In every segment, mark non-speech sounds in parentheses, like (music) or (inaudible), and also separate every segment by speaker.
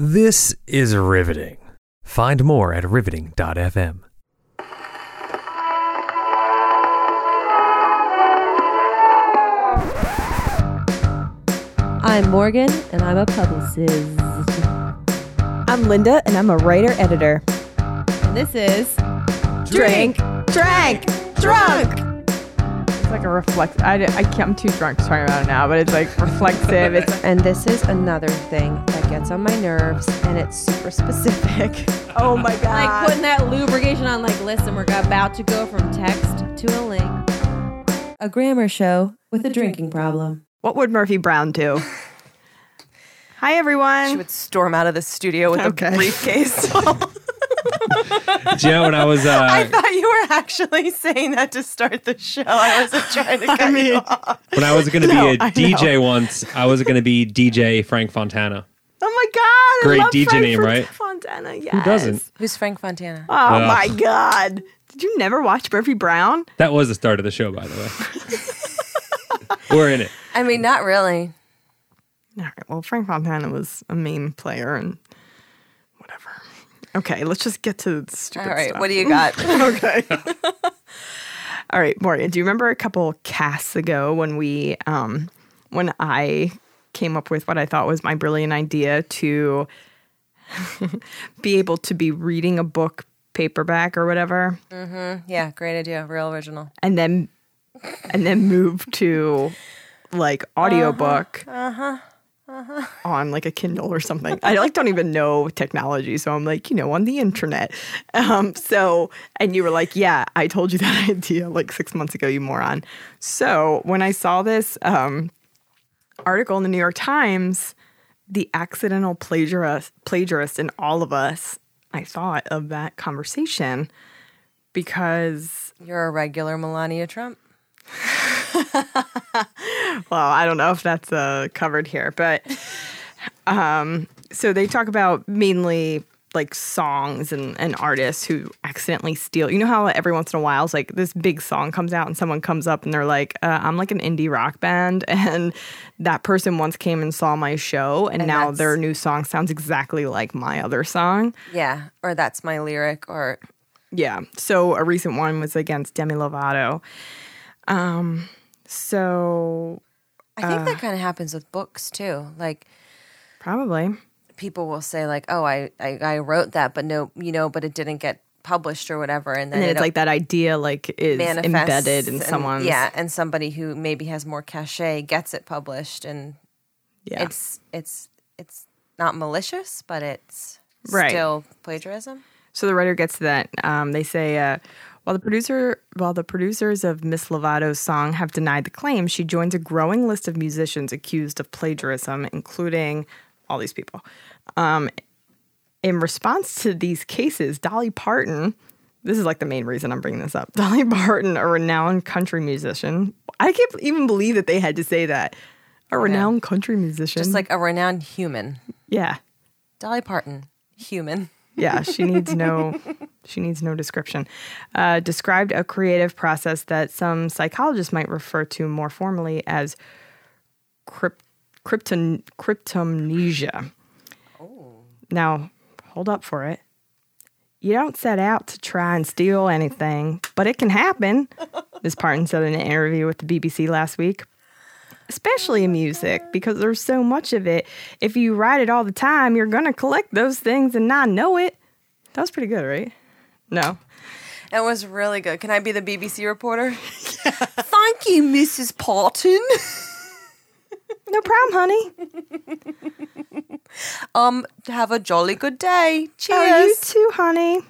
Speaker 1: This is riveting. Find more at riveting.fm.
Speaker 2: I'm Morgan, and I'm a publicist.
Speaker 3: I'm Linda, and I'm a writer editor.
Speaker 2: And this is
Speaker 3: Drink, drank, drunk.
Speaker 4: It's like a reflect. I, I can't, I'm too drunk to talk about it now, but it's like reflective. It's
Speaker 2: And this is another thing that gets on my nerves, and it's super specific.
Speaker 3: Oh my god!
Speaker 2: like putting that lubrication on, like, listen, we're about to go from text to a link. A grammar show with a drinking problem.
Speaker 3: what would Murphy Brown do? Hi
Speaker 5: She
Speaker 3: everyone.
Speaker 5: would storm out of the studio with
Speaker 3: Okay.
Speaker 5: a
Speaker 3: (laughs)
Speaker 5: briefcase. I
Speaker 6: Do you know when I
Speaker 5: (laughs)
Speaker 6: was uh,
Speaker 5: thought you were actually saying that to start the show. I wasn't trying
Speaker 4: (laughs)
Speaker 5: to cut you off.
Speaker 6: when I was going to be
Speaker 5: No,
Speaker 6: a
Speaker 5: I know.
Speaker 6: DJ once? I was going to be DJ Frank Fontana.
Speaker 3: Oh my god!
Speaker 6: Great
Speaker 3: I love
Speaker 6: DJ
Speaker 3: Frank
Speaker 6: name,
Speaker 3: from
Speaker 6: right?
Speaker 3: Fontana. Yes.
Speaker 6: Who doesn't?
Speaker 5: Who's Frank Fontana?
Speaker 3: Oh
Speaker 6: Wow.
Speaker 3: my god! Did you never watch Murphy Brown?
Speaker 6: That was the start of the show, by the way.
Speaker 5: (laughs)
Speaker 6: We're in it.
Speaker 5: I mean, not really.
Speaker 3: All right. Well, Frank Fontana was a main player and whatever. Okay, let's just get to the stupid
Speaker 5: All right,
Speaker 3: stuff.
Speaker 5: what do you got?
Speaker 3: (laughs) okay. (laughs) All right, Morgan, do you remember a couple casts ago when we um when I came up with what I thought was my brilliant idea to (laughs) be able to be reading a book paperback or whatever
Speaker 5: yeah, great idea. Real original.
Speaker 3: and then and then move to like audiobook on like a Kindle or something. I like don't even know technology, so I'm like, you know, on the internet. Um, so and you were like, yeah, I told you (laughs) that idea like six months ago, you moron. So when I saw this um, article in the New York Times, the accidental plagiarist plagiarist in all of us, I thought of that conversation because
Speaker 5: You're a regular Melania Trump.
Speaker 3: Well, I don't know if that's uh, covered here, but um, so they talk about mainly like songs and, and artists who accidentally steal. You know how every once in a while, it's like this big song comes out and someone comes up and they're like, uh, "I'm like an indie rock band," (laughs) and that person once came and saw my show, and, now
Speaker 5: that's-
Speaker 3: their new song sounds exactly like my other song.
Speaker 5: Yeah, or that's my lyric, or
Speaker 3: Yeah. So a recent one was against Demi Lovato. Um, so
Speaker 5: I think
Speaker 3: uh,
Speaker 5: that kind of happens with books too. Like
Speaker 3: probably.
Speaker 5: people will say, like, oh, I, I I wrote that, but no, you know, but it didn't get published or whatever, and then
Speaker 3: and then
Speaker 5: it
Speaker 3: it's like that idea like is
Speaker 5: manifests
Speaker 3: embedded in
Speaker 5: and-
Speaker 3: someone's
Speaker 5: yeah and somebody who maybe has more cachet gets it published and
Speaker 3: yeah
Speaker 5: it's it's it's not malicious but it's
Speaker 3: Right.
Speaker 5: still plagiarism
Speaker 3: so the writer gets to that um, they say uh, while the producer while the producers of miss lovato's song have denied the claim she joins a growing list of musicians accused of plagiarism including all these people Um, in response to these cases, Dolly Parton, this is like the main reason I'm bringing this up. (laughs) Dolly Parton, a renowned country musician, I can't even believe that they had to say that. A renowned country musician.
Speaker 5: just like a renowned human
Speaker 3: yeah,
Speaker 5: dolly parton human
Speaker 3: yeah she needs no she needs no description uh, described a creative process that some psychologists might refer to more formally as crypt, crypton, cryptomnesia now hold up for it you don't set out to try and steal anything but it can happen Ms. parton said in an interview with the bbc last week especially in music because there's so much of it. If you write it all the time, you're going to collect those things and not know it. That was pretty good, right? No.
Speaker 5: it was really good can i be the bbc
Speaker 3: (laughs)
Speaker 5: reporter thank you mrs parton
Speaker 3: No problem, honey.
Speaker 5: um have a jolly good day cheers
Speaker 3: Oh, you too, honey.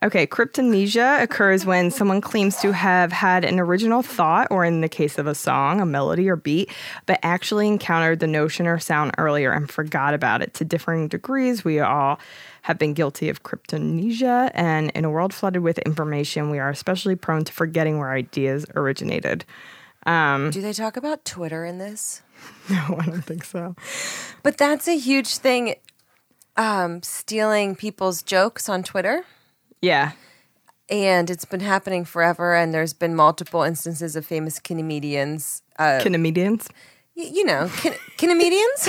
Speaker 3: Okay, cryptomnesia occurs when someone claims to have had an original thought, or in the case of a song, a melody or beat, but actually encountered the notion or sound earlier and forgot about it. To differing degrees, we all have been guilty of cryptomnesia, and in a world flooded with information, we are especially prone to forgetting where ideas originated. (laughs)
Speaker 5: do they talk about twitter in this
Speaker 3: No, I don't think so.
Speaker 5: but that's a huge thing um stealing people's jokes on twitter
Speaker 3: Yeah,
Speaker 5: and it's been happening forever and there's been multiple instances of famous comedians uh
Speaker 3: kinemedians.
Speaker 5: (laughs) y- you know kin- comedians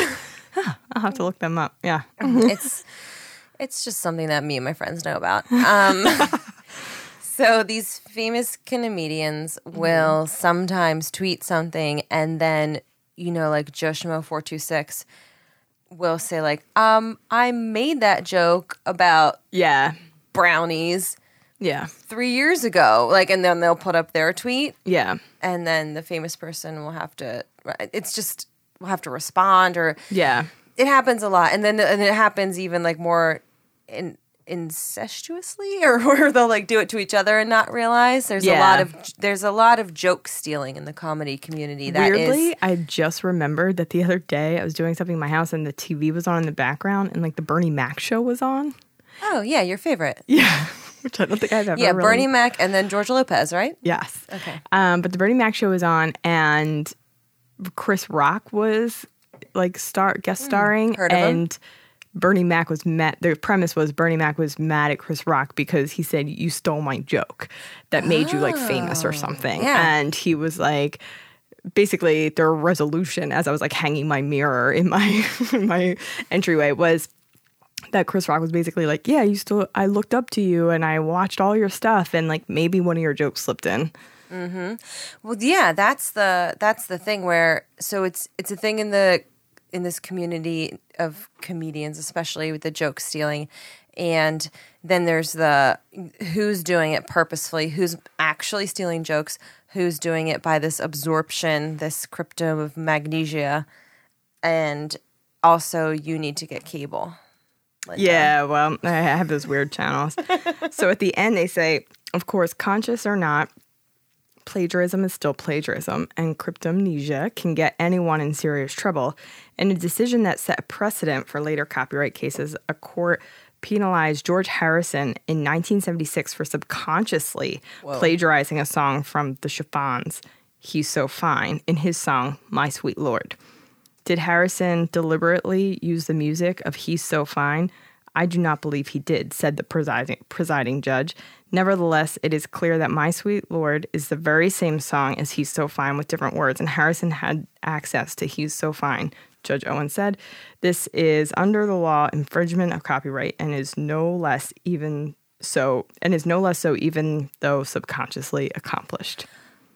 Speaker 3: I'll have to look them up. (laughs) Yeah.
Speaker 5: it's it's just something that me and my friends know about. Um, (laughs) so these famous comedians will sometimes tweet something, and then you know, like Joshimo four two six will say like, um, "I made that joke about
Speaker 3: Yeah.
Speaker 5: brownies
Speaker 3: Yeah.
Speaker 5: three years ago," like, and then they'll put up their tweet,
Speaker 3: Yeah.
Speaker 5: and then the famous person will have to. It's just will have to respond or
Speaker 3: Yeah.
Speaker 5: it happens a lot and then and it happens even like more in incestuously (laughs) or where they'll like do it to each other and not realize there's a
Speaker 3: Yeah.
Speaker 5: lot of there's a lot of joke stealing in the comedy community That is
Speaker 3: Weirdly, I just remembered that the other day I was doing something in my house and the TV was on in the background and like the Bernie Mac show was on.
Speaker 5: oh (laughs) yeah your favorite
Speaker 3: Yeah. Which I don't think I've ever
Speaker 5: yeah
Speaker 3: really-
Speaker 5: bernie mac and then george lopez right
Speaker 3: Yes.
Speaker 5: Okay.
Speaker 3: Um, but the Bernie Mac show was on, and Chris Rock was like star guest starring,
Speaker 5: Hmm. heard of him.
Speaker 3: and Bernie Mac was mad. The premise was Bernie Mac was mad at Chris Rock because he said you stole my joke that made you like famous or something,
Speaker 5: yeah.
Speaker 3: and he was like. Basically, their resolution as I was like hanging my mirror in my (laughs) in my entryway was that Chris Rock was basically like, "Yeah, you still. I looked up to you and I watched all your stuff, and like maybe one of your jokes slipped in."
Speaker 5: Well, yeah, that's the that's the thing where so it's it's a thing in the in this community of comedians, especially with the joke stealing, and then there's the who's doing it purposefully, who's actually stealing jokes, who's doing it by this absorption, this crypto of magnesia, and also you need to get cable. Linda.
Speaker 3: Yeah, well, I have those weird channels. so at the end, they say, of course, conscious or not, plagiarism is still plagiarism, and cryptomnesia can get anyone in serious trouble. In a decision that set a precedent for later copyright cases, a court penalized George Harrison in 1976 for subconsciously plagiarizing a song from the Chiffons, He's So Fine, in his song, My Sweet Lord. Did Harrison deliberately use the music of He's So Fine? I do not believe he did, said the presiding, presiding judge. Nevertheless, it is clear that My Sweet Lord is the very same song as He's So Fine with different words, and Harrison had access to He's So Fine, Judge Owen said. This is under the law infringement of copyright and is no less even so, and is no less so even though subconsciously accomplished.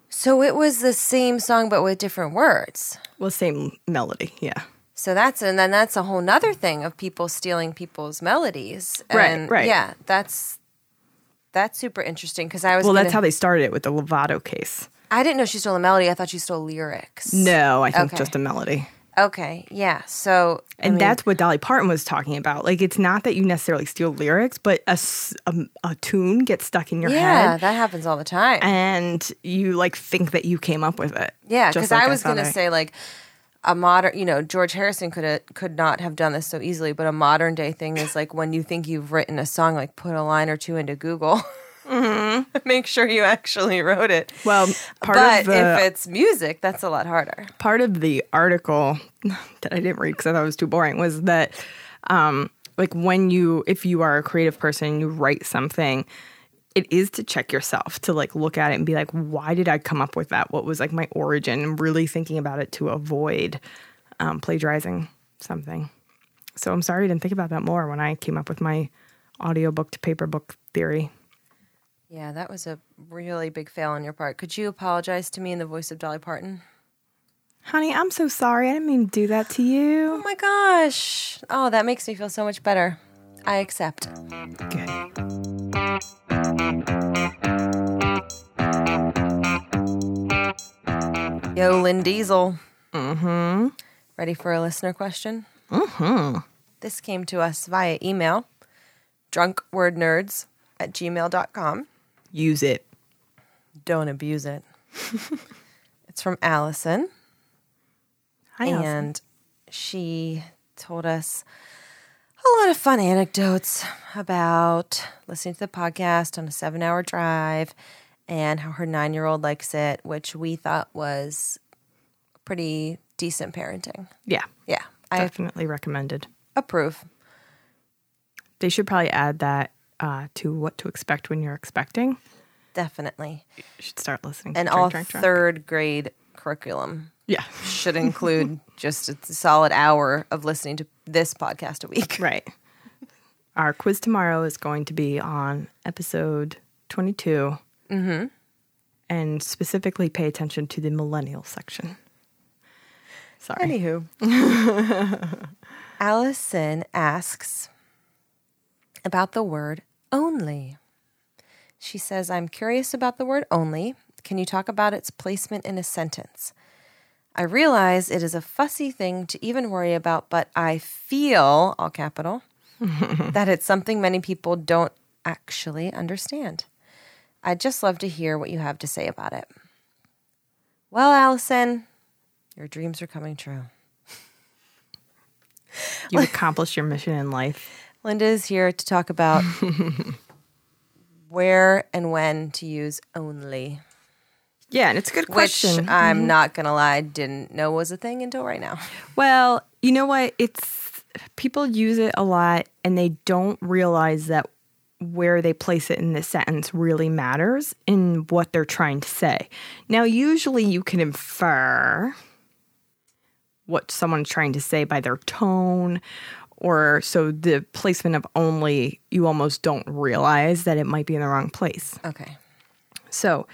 Speaker 5: So it was the same song but with different words.
Speaker 3: Well, same melody, yeah.
Speaker 5: So that's and then that's a whole nother thing of people stealing people's melodies.
Speaker 3: Right,
Speaker 5: And
Speaker 3: right.
Speaker 5: Yeah, that's that's super interesting because I was.
Speaker 3: Well,
Speaker 5: gonna-
Speaker 3: that's how they started it with the Lovato case.
Speaker 5: I didn't know she stole a melody. I thought she stole lyrics.
Speaker 3: No, I think
Speaker 5: Okay.
Speaker 3: just a melody.
Speaker 5: Okay. Yeah. So I
Speaker 3: And
Speaker 5: mean,
Speaker 3: that's what Dolly Parton was talking about. Like, it's not that you necessarily steal lyrics, but a, s- a- a tune gets stuck in your
Speaker 5: yeah,
Speaker 3: head
Speaker 5: that happens all the time.
Speaker 3: and you like think that you came up with it.
Speaker 5: yeah,
Speaker 3: Just
Speaker 5: because
Speaker 3: like
Speaker 5: I was
Speaker 3: saw
Speaker 5: gonna
Speaker 3: that.
Speaker 5: say like a modern, you know, George Harrison could have could not have done this so easily, but a modern day thing is like when you think you've written a song, like put a line or two into Google.
Speaker 3: Mm-hmm.
Speaker 5: (laughs) Make sure you actually wrote it.
Speaker 3: Well, part
Speaker 5: but
Speaker 3: of the
Speaker 5: if it's music, that's a lot harder.
Speaker 3: part of the article (laughs) that I didn't read because I thought it was too boring was that, um, like, when you, if you are a creative person and you write something, it is to check yourself to like look at it and be like, why did I come up with that? What was like my origin? And really thinking about it to avoid um, plagiarizing something. So I'm sorry I didn't think about that more when I came up with my audiobook to paper book theory.
Speaker 5: Yeah, that was a really big fail on your part. Could you apologize to me in the voice of Dolly Parton?
Speaker 3: Honey, I'm so sorry. I didn't mean to do that to you.
Speaker 5: Oh my gosh. Oh, that makes me feel so much better. I accept. Yo, Lynn Diesel. Mm hmm. Ready for a listener question? Mm hmm. This came to us via email drunkwordnerds at gmail.com.
Speaker 3: Use it.
Speaker 5: Don't abuse (laughs) it. it's from Allison
Speaker 3: Hi, Allison.
Speaker 5: and she told us a lot of fun anecdotes about listening to the podcast on a seven hour drive and how her nine year old likes it, which we thought was pretty decent parenting.
Speaker 3: Yeah.
Speaker 5: Yeah, I
Speaker 3: definitely recommended.
Speaker 5: approve.
Speaker 3: They should probably add that uh, to what to expect when you're expecting.
Speaker 5: Definitely.
Speaker 3: You should start listening.
Speaker 5: And
Speaker 3: to Drink,
Speaker 5: all
Speaker 3: Drink, Drink.
Speaker 5: third grade curriculum
Speaker 3: Yeah. (laughs)
Speaker 5: should include just a solid hour of listening to this podcast a week.
Speaker 3: Right. Our quiz tomorrow is going to be on episode 22. Mm-hmm. And specifically pay attention to the millennial section. Sorry.
Speaker 5: Anywho, Allison asks about the word only. She says, I'm curious about the word only. Can you talk about its placement in a sentence? I realize it is a fussy thing to even worry about, but I feel, all capital, that it's something many people don't actually understand. I'd just love to hear what you have to say about it. Well, Allison, your dreams are coming true. (laughs)
Speaker 3: you accomplished your mission in life.
Speaker 5: Linda is here to talk
Speaker 3: (laughs)
Speaker 5: about where and when to use only,
Speaker 3: Yeah, and it's a good question. Mm-hmm.
Speaker 5: which I'm not going to lie, didn't know was a thing until right
Speaker 3: (laughs)
Speaker 5: now.
Speaker 3: Well, you know what? It's people use it a lot and they don't realize that where they place it in the sentence really matters in what they're trying to say. Now, usually you can infer what someone's trying to say by their tone or so the placement of only you almost don't realize that it might be in the wrong place.
Speaker 5: Okay.
Speaker 3: So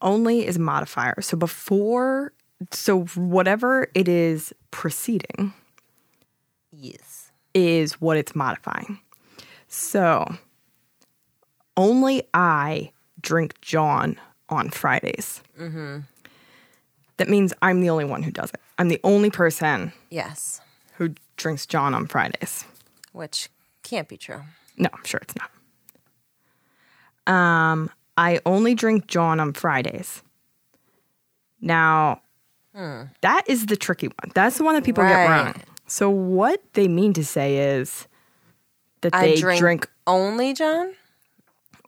Speaker 3: only is a modifier. So before, so whatever it is preceding
Speaker 5: Yes.
Speaker 3: is what it's modifying. So only I drink John on Fridays.
Speaker 5: Mm-hmm.
Speaker 3: That means I'm the only one who does it. I'm the only person
Speaker 5: Yes.
Speaker 3: who drinks John on Fridays.
Speaker 5: Which can't be true.
Speaker 3: No, I'm sure it's not. Um, I only drink John on Fridays. Now, that is the tricky one. That's the one that people get
Speaker 5: Hmm. Right.
Speaker 3: wrong. So what they mean to say is that
Speaker 5: I
Speaker 3: they
Speaker 5: drink,
Speaker 3: drink,
Speaker 5: only John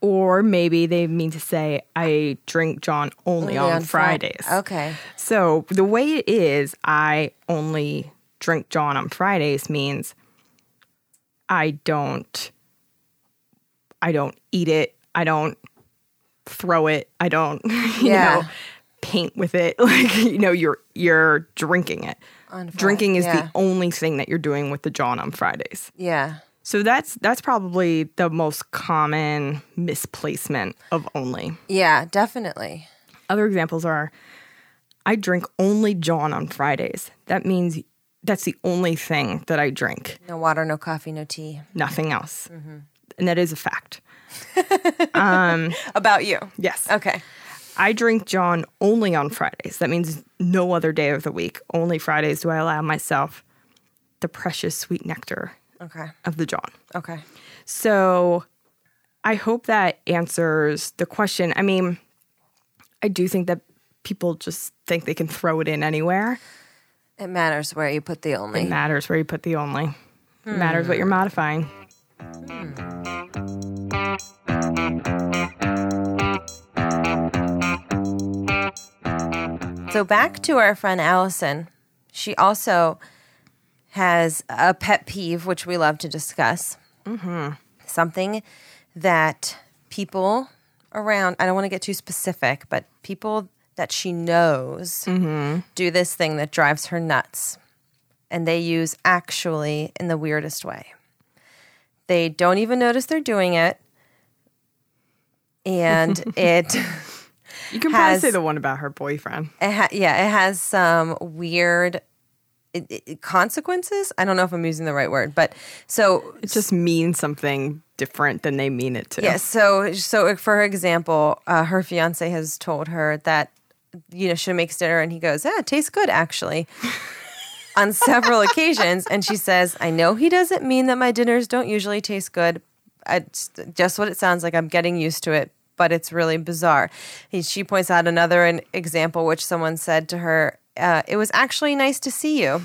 Speaker 3: or maybe they mean to say I drink John only, on,
Speaker 5: Fri- oh.
Speaker 3: Fridays.
Speaker 5: okay.
Speaker 3: So the way it is, I only drink John on Fridays means I don't I don't eat it. I don't throw it. I don't (laughs) you
Speaker 5: Yeah.
Speaker 3: know paint with it. (laughs) Like you know you're you're drinking it.
Speaker 5: On Fri-
Speaker 3: Drinking is
Speaker 5: yeah.
Speaker 3: the only thing that you're doing with the John on Fridays.
Speaker 5: Yeah.
Speaker 3: So that's that's probably the most common misplacement of only.
Speaker 5: Yeah, definitely.
Speaker 3: Other examples are I drink only John on Fridays. That means that's the only thing that I drink,
Speaker 5: No water, no coffee, no tea.
Speaker 3: nothing else. And that is a fact.
Speaker 5: About you.
Speaker 3: Yes.
Speaker 5: Okay.
Speaker 3: I drink John only on Fridays. That means no other day of the week. Only Fridays do I allow myself the precious sweet nectar
Speaker 5: Okay.
Speaker 3: of the John.
Speaker 5: Okay.
Speaker 3: So I hope that answers the question. I mean, I do think that people just think they can throw it in anywhere.
Speaker 5: It matters where you put the only.
Speaker 3: It matters where you put the only. It matters what you're modifying.
Speaker 5: So back to our friend Allison. She also has a pet peeve, which we love to discuss. Mm-hmm. Something that people around, I don't want to get too specific, but people that she knows do this thing that drives her nuts. And they use actually in the weirdest way. They don't even notice they're doing it. And it.
Speaker 3: You can
Speaker 5: Has-
Speaker 3: probably say the one about her boyfriend.
Speaker 5: It ha- yeah, it has some weird it, it- consequences. I don't know if I'm using the right word, but so
Speaker 3: It just means something different than they mean it to.
Speaker 5: yeah, so so for example, uh, her fiance has told her that you know she makes dinner and he goes, "Yeah, it tastes good actually." (laughs) on several occasions, and she says, "I know he doesn't mean that my dinners don't usually taste good. I, it's just what it sounds like. I'm getting used to it, but it's really bizarre." He, she points out another an example which someone said to her, uh, "It was actually nice to see you."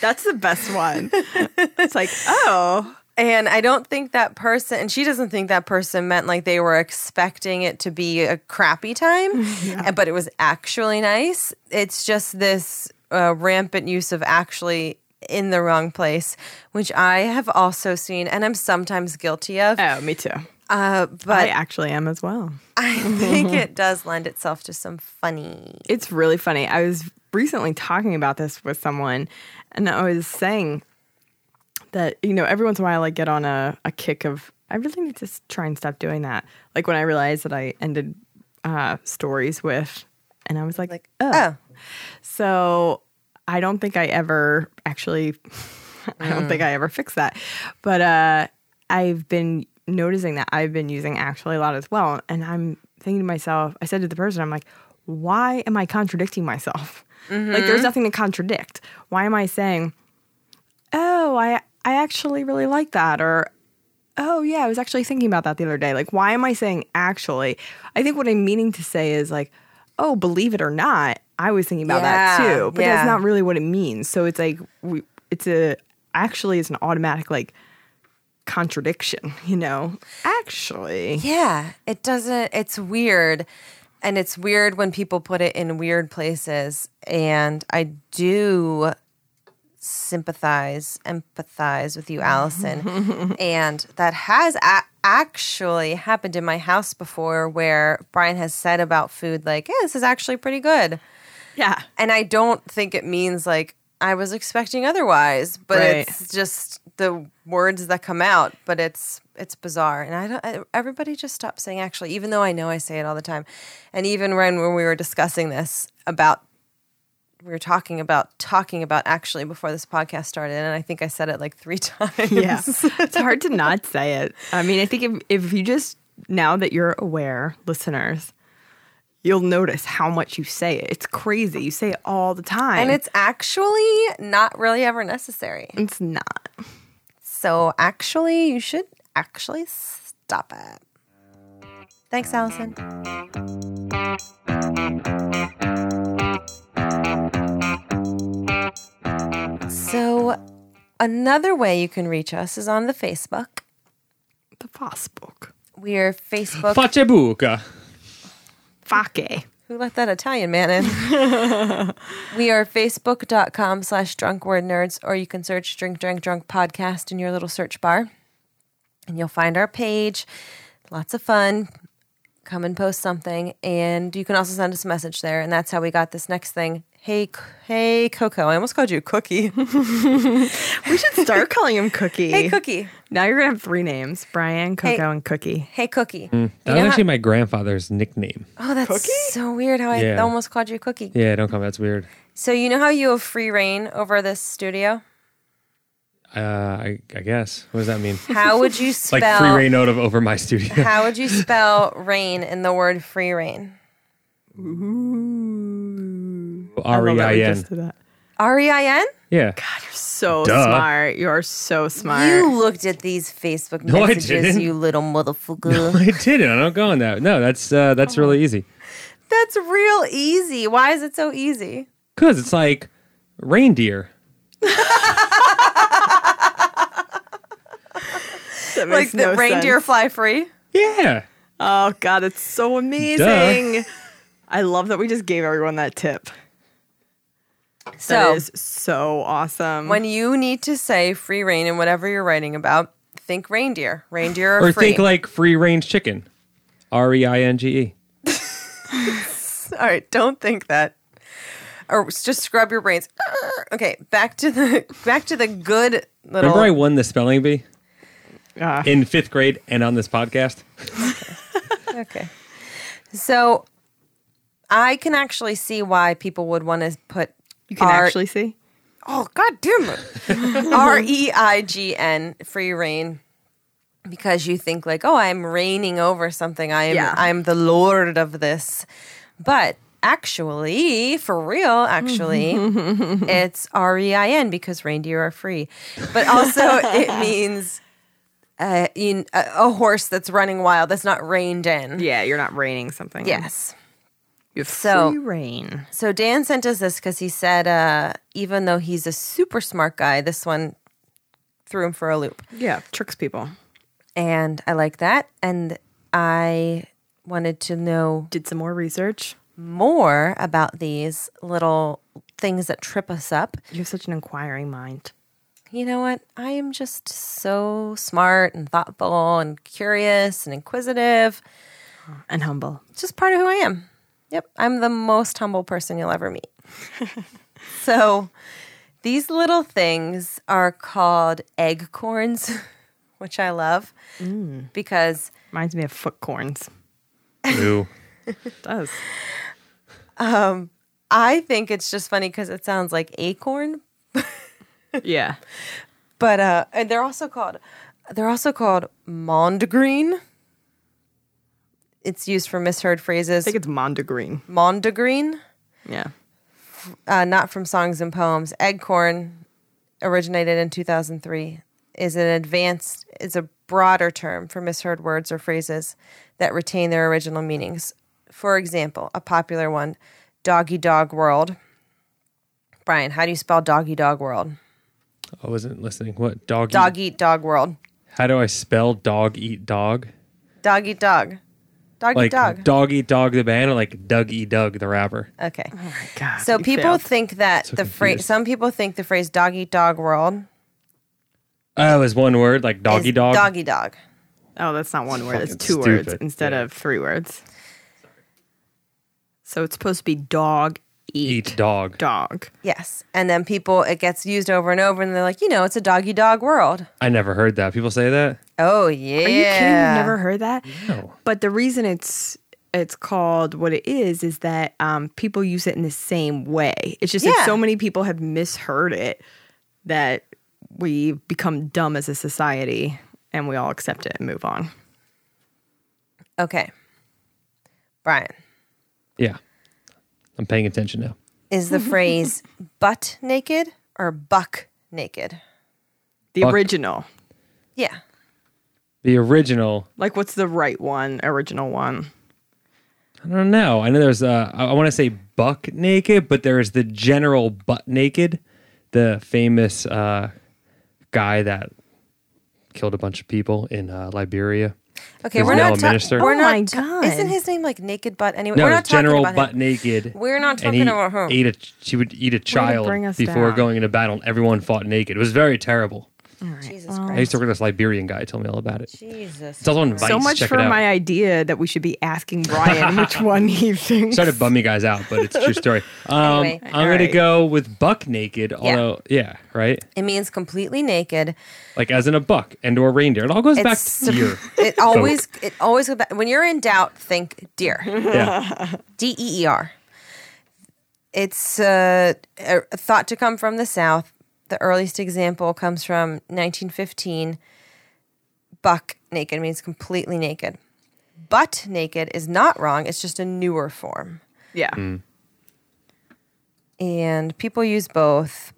Speaker 3: That's the best one. (laughs) it's like, oh,
Speaker 5: And I don't think that person, and she doesn't think that person meant like they were expecting it to be a crappy time, and- but it was actually nice. It's just this uh, rampant use of actually in the wrong place, which I have also seen and I'm sometimes guilty of.
Speaker 3: oh, me too.
Speaker 5: Uh,
Speaker 3: I
Speaker 5: but
Speaker 3: actually am as well.
Speaker 5: I think it does lend itself to some funny.
Speaker 3: It's really funny. I was recently talking about this with someone, and I was saying that, you know, every once in a while I get on a, a kick of, I really need to s- try and stop doing that. Like when I realized that I ended uh, stories with, and I was like,
Speaker 5: Like,
Speaker 3: oh.
Speaker 5: oh,
Speaker 3: So I don't think I ever actually, (laughs) I don't think I ever fixed that. But uh, I've been noticing that I've been using actually a lot as well. And I'm thinking to myself, I said to the person, I'm like, why am I contradicting myself? (laughs) Like, there's nothing to contradict. Why am I saying, oh, I, I actually really like that? Or, oh, yeah, I was actually thinking about that the other day. Like, why am I saying actually? I think what I'm meaning to say is like, oh, believe it or not, I was thinking
Speaker 5: Yeah,
Speaker 3: about that too. But
Speaker 5: yeah.
Speaker 3: that's not really what it means. So it's like, we, it's a, actually, it's an automatic like contradiction, (laughs) you know? Actually.
Speaker 5: yeah, it doesn't, it's weird. And it's weird when people put it in weird places. And I do sympathize, empathize with you, Allison. and that has a- actually happened in my house before where Brian has said about food, like, yeah, this is actually pretty good.
Speaker 3: Yeah.
Speaker 5: And I don't think it means like I was expecting otherwise, but
Speaker 3: Right.
Speaker 5: it's just the words that come out. But it's it's bizarre, and I don't. I, everybody just stops saying actually, even though I know I say it all the time, and even when when we were discussing this about. We were talking about talking about actually before this podcast started, and I think I said it like three (laughs) times.
Speaker 3: Yeah. (laughs) it's hard to not say it. I mean, I think if, if you just, now that you're aware, listeners, you'll notice how much you say it. It's crazy. You say it all the time.
Speaker 5: and it's actually not really ever necessary.
Speaker 3: it's not.
Speaker 5: So actually, you should actually stop it. Thanks, Allison. So another way you can reach us is on the Facebook.
Speaker 3: The Facebook.
Speaker 5: We are Facebook.
Speaker 6: Facebooka.
Speaker 3: Fake.
Speaker 5: Who let that Italian man (laughs) in? we are facebook.com slash drunk word nerds, or you can search drink, drink, drunk podcast in your little search bar and you'll find our page. Lots of fun. Come and post something. And you can also send us a message there. And that's how we got this next thing. Hey, C- hey, Coco. I almost called you Cookie.
Speaker 3: We should start calling him Cookie.
Speaker 5: (laughs) hey, Cookie.
Speaker 3: Now you're going to have three names Brian, Coco,
Speaker 5: Hey.
Speaker 3: and Cookie.
Speaker 5: Hey, Cookie.
Speaker 6: That was actually my grandfather's nickname.
Speaker 5: Oh, that's so weird how I
Speaker 6: Yeah.
Speaker 5: almost called you Cookie.
Speaker 6: Yeah, don't call me. That's weird.
Speaker 5: So, you know how you have free reign over this studio?
Speaker 6: Uh, I, I guess. What does that mean?
Speaker 5: How would you
Speaker 6: (laughs) Like
Speaker 5: spell
Speaker 6: free reign out of over my studio.
Speaker 5: How would you spell rain in the word free rain?
Speaker 6: R
Speaker 3: Oh,
Speaker 6: E I N.
Speaker 5: R E I N?
Speaker 6: Yeah.
Speaker 3: So
Speaker 6: Duh.
Speaker 3: smart. You're so smart.
Speaker 5: You looked at these Facebook
Speaker 6: No, I
Speaker 5: messages,
Speaker 6: didn't.
Speaker 5: you little motherfucker.
Speaker 6: I didn't. I don't go on that. No, that's uh, that's really easy.
Speaker 5: That's real easy. Why is it so easy?
Speaker 6: Cause it's like reindeer.
Speaker 5: Like
Speaker 3: That makes
Speaker 5: the
Speaker 3: no
Speaker 5: reindeer
Speaker 3: sense.
Speaker 5: fly free?
Speaker 6: Yeah.
Speaker 3: Oh, God. It's so amazing. I love that we just gave everyone that tip.
Speaker 5: So
Speaker 3: that is so awesome.
Speaker 5: when you need to say free rain in whatever you're writing about, think reindeer. Reindeer are
Speaker 6: Or
Speaker 5: free.
Speaker 6: think like free range chicken. R E I N G E.
Speaker 5: All right, don't think that. Or just scrub your brains. Uh, Okay, back to the back to the good little
Speaker 6: Remember I won the spelling bee
Speaker 3: Ah.
Speaker 6: in fifth grade and on this podcast?
Speaker 5: Okay. So I can actually see why people would want to put
Speaker 3: you can
Speaker 5: R-
Speaker 3: actually see.
Speaker 5: Oh god damn
Speaker 3: (laughs)
Speaker 5: it. R E I G N free reign. Because you think like, oh, I'm reigning over something. I am
Speaker 3: Yeah.
Speaker 5: I'm the lord of this. But actually, for real,
Speaker 3: (laughs)
Speaker 5: actually, it's R E I N because reindeer are free. But also
Speaker 3: (laughs)
Speaker 5: it means uh, in, a, a horse that's running wild that's not reined in.
Speaker 3: Yeah, you're not raining something.
Speaker 5: Yes.
Speaker 3: You have
Speaker 5: So-
Speaker 3: free rain.
Speaker 5: So Dan sent us this because he said, uh, even though he's a super smart guy, this one threw him for a loop,
Speaker 3: Yeah, tricks people.
Speaker 5: and I like that. And I wanted to know
Speaker 3: Did some more research.
Speaker 5: more about these little things that trip us up.
Speaker 3: You have such an inquiring mind.
Speaker 5: you know what? I am just so smart and thoughtful and curious and inquisitive.
Speaker 3: and humble.
Speaker 5: It's just part of who I am. Yep. I'm the most humble person you'll ever meet. so these little things are called egg corns, (laughs) which I love because
Speaker 3: Reminds me of foot corns.
Speaker 6: Ew.
Speaker 3: It does.
Speaker 5: I think it's just funny because it sounds like acorn,
Speaker 3: (laughs) yeah.
Speaker 5: but uh, and they're also called they're also called mondegreen. It's used for misheard
Speaker 3: I
Speaker 5: phrases.
Speaker 3: think it's mondegreen.
Speaker 5: Mondegreen.
Speaker 3: Yeah.
Speaker 5: uh, not from songs and poems. Eggcorn originated in 2003 is an advanced is a broader term for misheard words or phrases that retain their original meanings. For example, a popular one, doggy dog world. Brian, how do you spell doggy dog world?
Speaker 6: Mm. I wasn't listening. What? Dog,
Speaker 5: Dog
Speaker 6: Eat.
Speaker 5: eat dog world.
Speaker 6: How do I spell dog eat dog?
Speaker 5: Dog eat dog. Dog
Speaker 6: Like
Speaker 5: eat dog.
Speaker 6: eat dog the band or like Doug eat Doug the rapper?
Speaker 5: okay.
Speaker 3: God,
Speaker 5: So
Speaker 3: you
Speaker 5: people
Speaker 3: failed.
Speaker 5: think that
Speaker 6: So
Speaker 5: the phrase
Speaker 6: confused.
Speaker 5: some people think the phrase dog eat dog world
Speaker 6: Oh, is one word like doggy
Speaker 5: is
Speaker 6: dog?
Speaker 5: doggy dog.
Speaker 3: Oh, that's not one word. It's
Speaker 6: Fucking
Speaker 3: two words
Speaker 6: stupid.
Speaker 3: instead
Speaker 6: Yeah.
Speaker 3: of three words. So it's supposed to be dog eat,
Speaker 6: eat dog.
Speaker 3: dog.
Speaker 5: Yes. And then people, it gets used over and over, and they're like, you know, it's a doggy dog world.
Speaker 6: I never heard that. People say that.
Speaker 5: Oh, yeah.
Speaker 3: Are you kidding? You've never heard that?
Speaker 6: No.
Speaker 3: But the reason it's it's called what it is is that um, people use it in the same way. It's just
Speaker 5: Yeah.
Speaker 3: that so many people have misheard it that we become dumb as a society and we all accept it and move on.
Speaker 5: Okay. Brian,
Speaker 6: Yeah. I'm paying attention now.
Speaker 5: is
Speaker 3: (laughs)
Speaker 5: the phrase butt naked or buck naked?
Speaker 3: The
Speaker 6: Fuck.
Speaker 3: original,
Speaker 5: Yeah.
Speaker 6: The original.
Speaker 3: like what's the right one? Original one.
Speaker 6: I don't know. I know there's uh I, want to say buck naked, but there is the general butt naked, the famous uh guy that killed a bunch of people in uh, Liberia.
Speaker 5: Okay,
Speaker 6: He's
Speaker 5: we're
Speaker 6: now
Speaker 5: not
Speaker 6: a
Speaker 5: talking.
Speaker 6: minister.
Speaker 5: We're
Speaker 3: Oh
Speaker 5: not
Speaker 3: my
Speaker 5: ta-
Speaker 3: God.
Speaker 5: Isn't his name like Naked Butt? Anyway,
Speaker 6: No,
Speaker 5: we're
Speaker 6: it
Speaker 5: not
Speaker 6: was general
Speaker 5: talking about
Speaker 6: butt
Speaker 5: him.
Speaker 6: naked.
Speaker 5: We're not
Speaker 6: and he
Speaker 5: talking about him.
Speaker 6: Ate a, she would eat a child
Speaker 3: bring us
Speaker 6: before
Speaker 3: down.
Speaker 6: going into battle. and Everyone fought naked. It was very terrible.
Speaker 5: Jesus
Speaker 6: I
Speaker 5: Christ.
Speaker 6: used to work with this Liberian guy. Tell me all about it.
Speaker 5: Jesus.
Speaker 6: It's also on Vice.
Speaker 3: so much
Speaker 6: Check
Speaker 3: for
Speaker 6: it out.
Speaker 3: my idea that we should be asking
Speaker 6: (laughs)
Speaker 3: Brian which one he thinks.
Speaker 6: Started bumming guys out, but it's a
Speaker 3: (laughs)
Speaker 6: true story. Um,
Speaker 5: Anyway.
Speaker 6: I'm gonna
Speaker 3: Alright.
Speaker 6: go with buck naked. Although, yeah, right,
Speaker 5: It means completely naked.
Speaker 6: like as in a buck and or reindeer. It all goes back
Speaker 5: It's- (laughs)
Speaker 6: to deer.
Speaker 5: It always, it always, when you're in doubt, think deer.
Speaker 6: yeah,
Speaker 5: D E E R. It's uh, a a thought to come from the South. The earliest example comes from 1915. Buck naked means completely naked. Butt naked is not wrong, it's just a newer form.
Speaker 3: yeah.
Speaker 6: Mm.
Speaker 5: And people use both,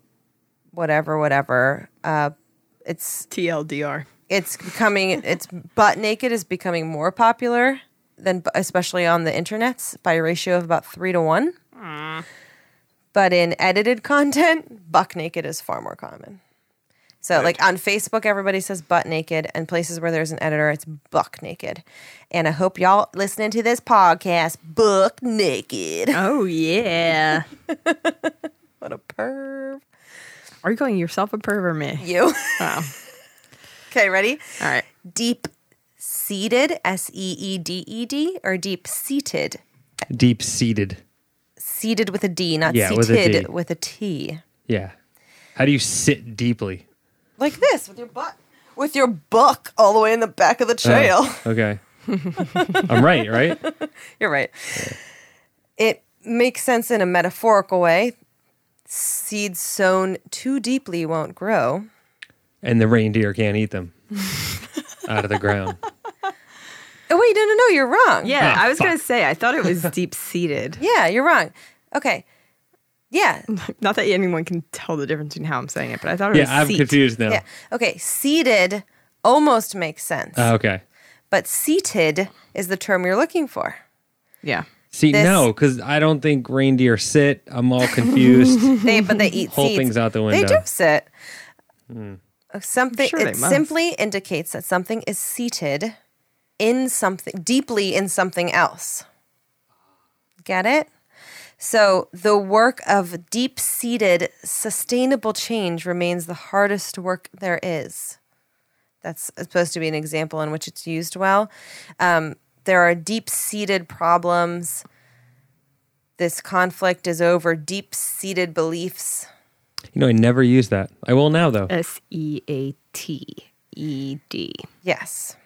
Speaker 5: whatever, whatever. Uh, it's
Speaker 3: TLDR.
Speaker 5: it's becoming it's butt naked is becoming more popular than especially on the internets by a ratio of about three to one but in edited content buck naked is far more common so like on facebook everybody says butt naked and places where there's an editor it's buck naked and i hope y'all listening to this podcast buck naked
Speaker 3: Oh yeah.
Speaker 5: what a perv
Speaker 3: Are you calling yourself a perv or me?
Speaker 5: you
Speaker 3: Oh.
Speaker 5: (laughs) okay ready
Speaker 3: All right.
Speaker 5: deep seated s e e d e d or deep seated
Speaker 6: deep seated.
Speaker 5: seated with a D, not
Speaker 6: Yeah, with a
Speaker 5: seated with
Speaker 6: D.
Speaker 5: a, T.
Speaker 6: Yeah. How do you sit deeply?
Speaker 5: Like this with your butt, with your buck all the way in the back of the
Speaker 6: Oh,
Speaker 5: trail. (laughs)
Speaker 6: okay. I'm right, right?
Speaker 5: You're right. It makes sense in a metaphorical way. Seeds sown too deeply won't grow.
Speaker 6: And the reindeer can't eat them out of the ground.
Speaker 5: Oh wait, no, no, no, you're wrong.
Speaker 3: Yeah,
Speaker 6: Ah,
Speaker 3: I was gonna
Speaker 6: fuck.
Speaker 3: say I thought it was deep seated.
Speaker 5: yeah, you're wrong. Okay,
Speaker 6: (sighs)
Speaker 5: yeah,
Speaker 3: (laughs) Not that anyone can tell the difference between how I'm saying it, but I thought it
Speaker 6: Yeah,
Speaker 3: was
Speaker 6: I'm
Speaker 3: seat.
Speaker 6: confused now.
Speaker 5: yeah. Okay, seated almost makes sense,
Speaker 6: Oh, okay.
Speaker 5: but seated is the term you're looking for.
Speaker 3: Yeah.
Speaker 6: See,
Speaker 5: This-
Speaker 6: no, because I don't think reindeer sit. I'm all confused.
Speaker 5: they but
Speaker 6: (laughs)
Speaker 5: they eat
Speaker 6: Whole
Speaker 5: seeds.
Speaker 6: thing's out the
Speaker 5: They
Speaker 6: window.
Speaker 5: do sit. Something
Speaker 3: I'm sure
Speaker 5: it
Speaker 3: they must.
Speaker 5: simply indicates that something is seated in something deeply in something else. Get it? So, the work of deep seated sustainable change remains the hardest work there is. That's supposed to be an example in which it's used well. Um, there are deep seated problems. This conflict is over deep seated beliefs.
Speaker 6: You know, I never used that. I will now though.
Speaker 3: S E A T E D.
Speaker 5: Yes.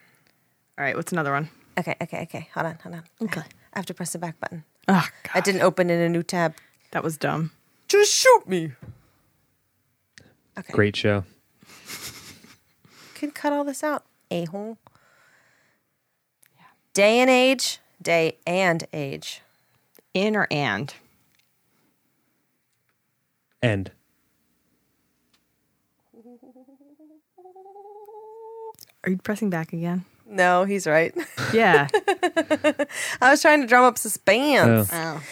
Speaker 3: All right, what's another one?
Speaker 5: Okay, okay, okay. Hold on, hold on. Okay. I have to press the back button.
Speaker 3: Oh,
Speaker 5: I didn't open in a new tab.
Speaker 3: that was dumb.
Speaker 5: Just shoot me. Okay.
Speaker 6: Great show.
Speaker 5: Could cut all this out. A hole. Day and age. Day and age.
Speaker 3: In or and?
Speaker 6: End.
Speaker 3: Are you pressing back (laughs) again?
Speaker 5: No, he's right. (laughs)
Speaker 3: Yeah.
Speaker 5: I was trying to drum up suspense.
Speaker 6: Oh.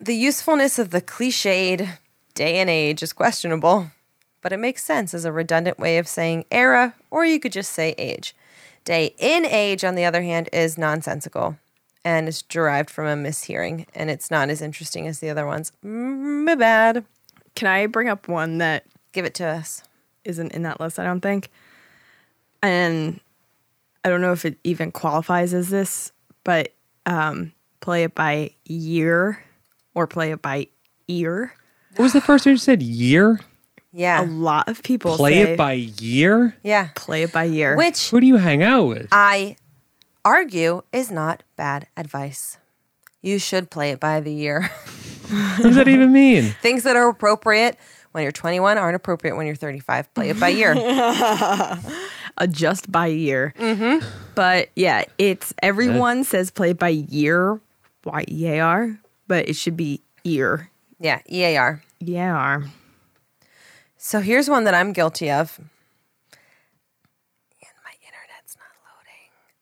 Speaker 5: The usefulness of the cliched day and age is questionable, but it makes sense as a redundant way of saying era, or you could just say age. Day in age, on the other hand, is nonsensical and is derived from a mishearing, and it's not as interesting as the other ones. Mm, My bad.
Speaker 3: Can I bring up one that
Speaker 5: Give it to us.
Speaker 3: isn't in that list, I don't think. And I don't know if it even qualifies as this, but um, play it by year or play it by ear.
Speaker 6: What was the first one you said? Year?
Speaker 5: Yeah.
Speaker 3: A lot of people
Speaker 6: Play
Speaker 3: say
Speaker 6: it by year?
Speaker 5: yeah.
Speaker 3: play it by year.
Speaker 5: Which
Speaker 6: Who do you hang out with?
Speaker 5: I argue is not bad advice. You should play it by the year. (laughs)
Speaker 6: What does that even mean?
Speaker 5: Things that are appropriate when you're 21 aren't appropriate when you're 35. Play it by year.
Speaker 3: adjust by year.
Speaker 5: Mm-hmm.
Speaker 3: But yeah, it's everyone says play by year, Y E A R, but it should be ear.
Speaker 5: yeah, EAR.
Speaker 3: Yeah.
Speaker 5: So here's one that I'm guilty of.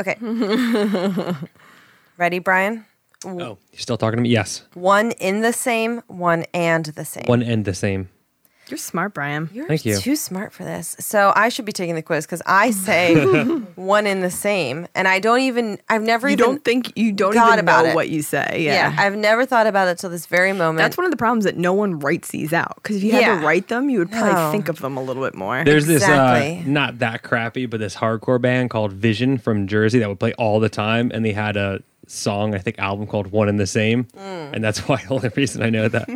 Speaker 5: And my internet's not loading. Okay. Ready, Brian?
Speaker 6: Oh, you're still talking to me? Yes.
Speaker 5: One in the same, one and the same.
Speaker 6: One end the same.
Speaker 3: You're smart, Brian.
Speaker 5: You're
Speaker 6: Thank you.
Speaker 5: too smart for this. So I should be taking the quiz because I say one in the same, and I don't even. I've never
Speaker 3: You
Speaker 5: even
Speaker 3: don't think you don't
Speaker 5: thought
Speaker 3: even
Speaker 5: about
Speaker 3: know
Speaker 5: it.
Speaker 3: what you say.
Speaker 5: Yeah. I've never thought about it till this very moment.
Speaker 3: That's one of the problems that no one writes these out. Because if you had
Speaker 5: Yeah.
Speaker 3: to write them, you would probably
Speaker 5: No.
Speaker 3: think of them a little bit more.
Speaker 6: There's this uh,
Speaker 5: Exactly.
Speaker 6: not that crappy, but this hardcore band called Vision from Jersey that would play all the time, and they had a song, I think, album called One and the Same,
Speaker 3: Mm.
Speaker 6: and that's (laughs) why the only reason I know
Speaker 3: (laughs)
Speaker 6: that.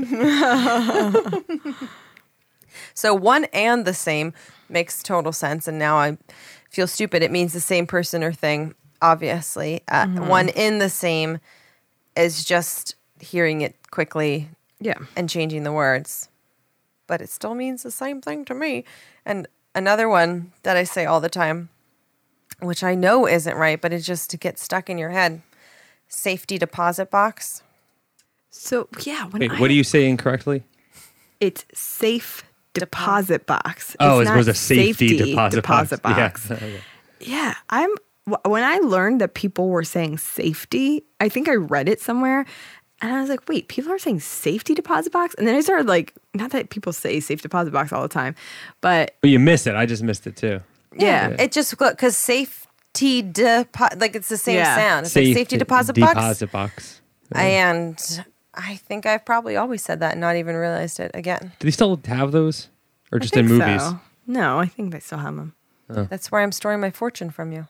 Speaker 5: so one and the same makes total sense, and now I feel stupid. It means the same person or thing, obviously. Uh, One in the same is just hearing it quickly
Speaker 3: yeah.
Speaker 5: and changing the words, but it still means the same thing to me. And another one that I say all the time, which I know isn't right, but it's just to get stuck in your head safety deposit box.
Speaker 3: So yeah, when
Speaker 6: Wait,
Speaker 3: I,
Speaker 6: what do you say incorrectly?
Speaker 3: It's safe deposit box.
Speaker 6: Oh,
Speaker 3: it's
Speaker 6: as opposed
Speaker 3: not
Speaker 6: to safety, deposit, box. (laughs) Yeah.
Speaker 3: Yeah, I'm. wh- When I learned that people were saying safety, I think I read it somewhere, and I was like, "Wait, people are saying safety deposit box?" And then I started like, not that people say safe deposit box all the time, but
Speaker 6: But you missed it. I just missed it too.
Speaker 3: yeah,
Speaker 5: It just because safety deposit, like it's the same
Speaker 3: Yeah.
Speaker 5: sound. It's like safety deposit, box.
Speaker 6: Deposit box.
Speaker 5: And I think I've probably always said that and not even realized it again.
Speaker 6: Do they still have those, or just in
Speaker 3: think
Speaker 6: movies?
Speaker 3: so. No, I think they still have them.
Speaker 5: That's where I'm storing my fortune from you.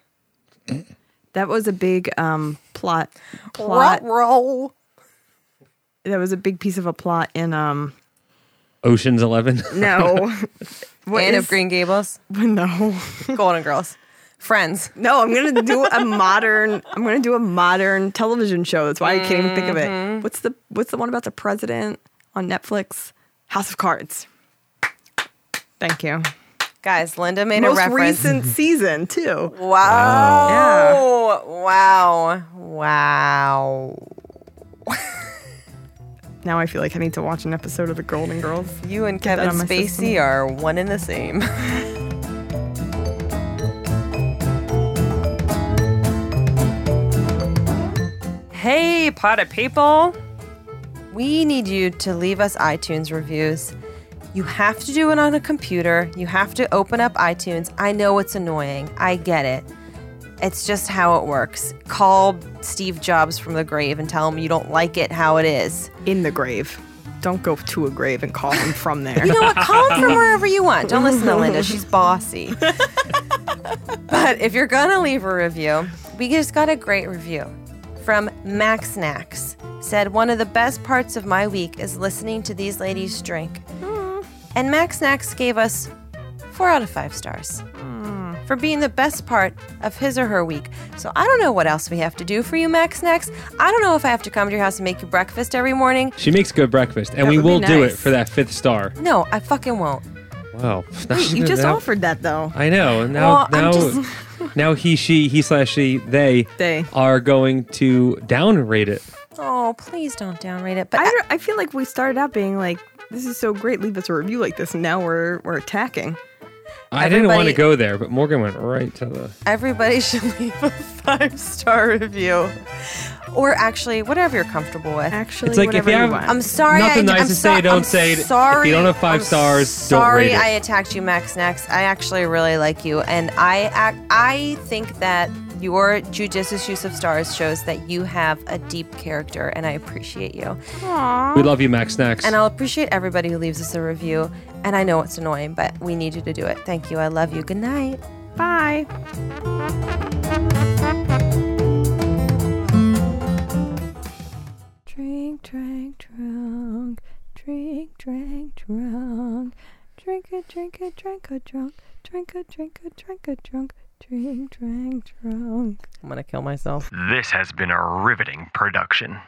Speaker 3: That was a big um, plot. Plot.
Speaker 5: Roll.
Speaker 3: That was a big piece of a plot in um.
Speaker 6: Ocean's Eleven. (laughs)
Speaker 3: No. (laughs) what
Speaker 5: And of
Speaker 3: is-
Speaker 5: Green (laughs) Gables,
Speaker 3: No.
Speaker 5: Golden Girls, Friends.
Speaker 3: No, I'm gonna do a modern. I'm gonna do a modern television show. That's why I can't even think of it. What's the What's the one about the president on Netflix? House of Cards. Thank you.
Speaker 5: Guys, Linda made a
Speaker 3: Most
Speaker 5: reference.
Speaker 3: (laughs) recent season too.
Speaker 5: Wow.
Speaker 3: Yeah.
Speaker 5: Wow. Wow.
Speaker 3: Now I feel like I need to watch an episode of The Golden Girls.
Speaker 5: You and
Speaker 3: that
Speaker 5: Kevin
Speaker 3: on my
Speaker 5: Spacey
Speaker 3: system.
Speaker 5: are one and the same. (laughs) hey, pot of people. We need you to leave us iTunes reviews. You have to do it on a computer. You have to open up iTunes. I know it's annoying. I get it. It's just how it works. Call Steve Jobs from the grave and tell him you don't like it how it is.
Speaker 3: in the grave. Don't go to a grave and call him (laughs) from there.
Speaker 6: (laughs)
Speaker 5: You know what? Call him from wherever you want. Don't listen to Linda. She's bossy. but if you're going to leave a review, we just got a great review from Max Nax. Said, one of the best parts of my week is listening to these ladies drink. And Max Nax gave us four out of five stars for being the best part of his or her week. So I don't know what else we have to do for you, Max Nax. I don't know if I have to come to your house and make you breakfast every morning.
Speaker 6: She makes good breakfast, and
Speaker 3: That
Speaker 6: we
Speaker 3: would be
Speaker 6: will do it
Speaker 3: nice.
Speaker 6: for that fifth star.
Speaker 5: No, I fucking won't.
Speaker 6: Wow. (laughs)
Speaker 3: you just
Speaker 6: Now-
Speaker 3: offered that though.
Speaker 6: I know. and Now,
Speaker 5: Well, I'm
Speaker 6: now, (laughs) now he, she, he slash she, they,
Speaker 3: They.
Speaker 6: are going to downrate it.
Speaker 5: Oh, please don't downrate it. But
Speaker 3: I, don't- I feel like we started out being like, "This is so great, leave us a review like this," and now we're we're attacking.
Speaker 6: I didn't want to
Speaker 5: Everybody-
Speaker 6: go there, but Morgan went right to the.
Speaker 5: everybody (laughs) should leave a five star review, or actually whatever you're comfortable with.
Speaker 3: Actually,
Speaker 6: It's like if
Speaker 3: whatever
Speaker 6: you
Speaker 3: you
Speaker 6: have-
Speaker 3: want.
Speaker 5: I'm sorry.
Speaker 6: Nothing
Speaker 5: I,
Speaker 6: nice
Speaker 5: I'm
Speaker 6: to say, don't
Speaker 5: I'm
Speaker 6: say it. If you
Speaker 5: Sorry,
Speaker 6: don't have five
Speaker 5: I'm
Speaker 6: stars, don't
Speaker 5: Sorry,
Speaker 6: rate it.
Speaker 5: I attacked you, Max Nax. I actually really like you, and I ac- I think that your judicious use of stars shows that you have a deep character, and I appreciate you.
Speaker 6: We love you, Max Snacks.
Speaker 5: And I'll appreciate everybody who leaves us a review. And I know it's annoying, but we need you to do it. Thank you. I love you. Good night.
Speaker 3: Bye.
Speaker 2: Drink, drank, drunk. Drink, drank, drunk. Drink a, drink a, drank a, drunk. Drink a, drink a, drank a, drunk. Drink, drank, drunk.
Speaker 5: I'm gonna kill myself.
Speaker 1: This has been a riveting production.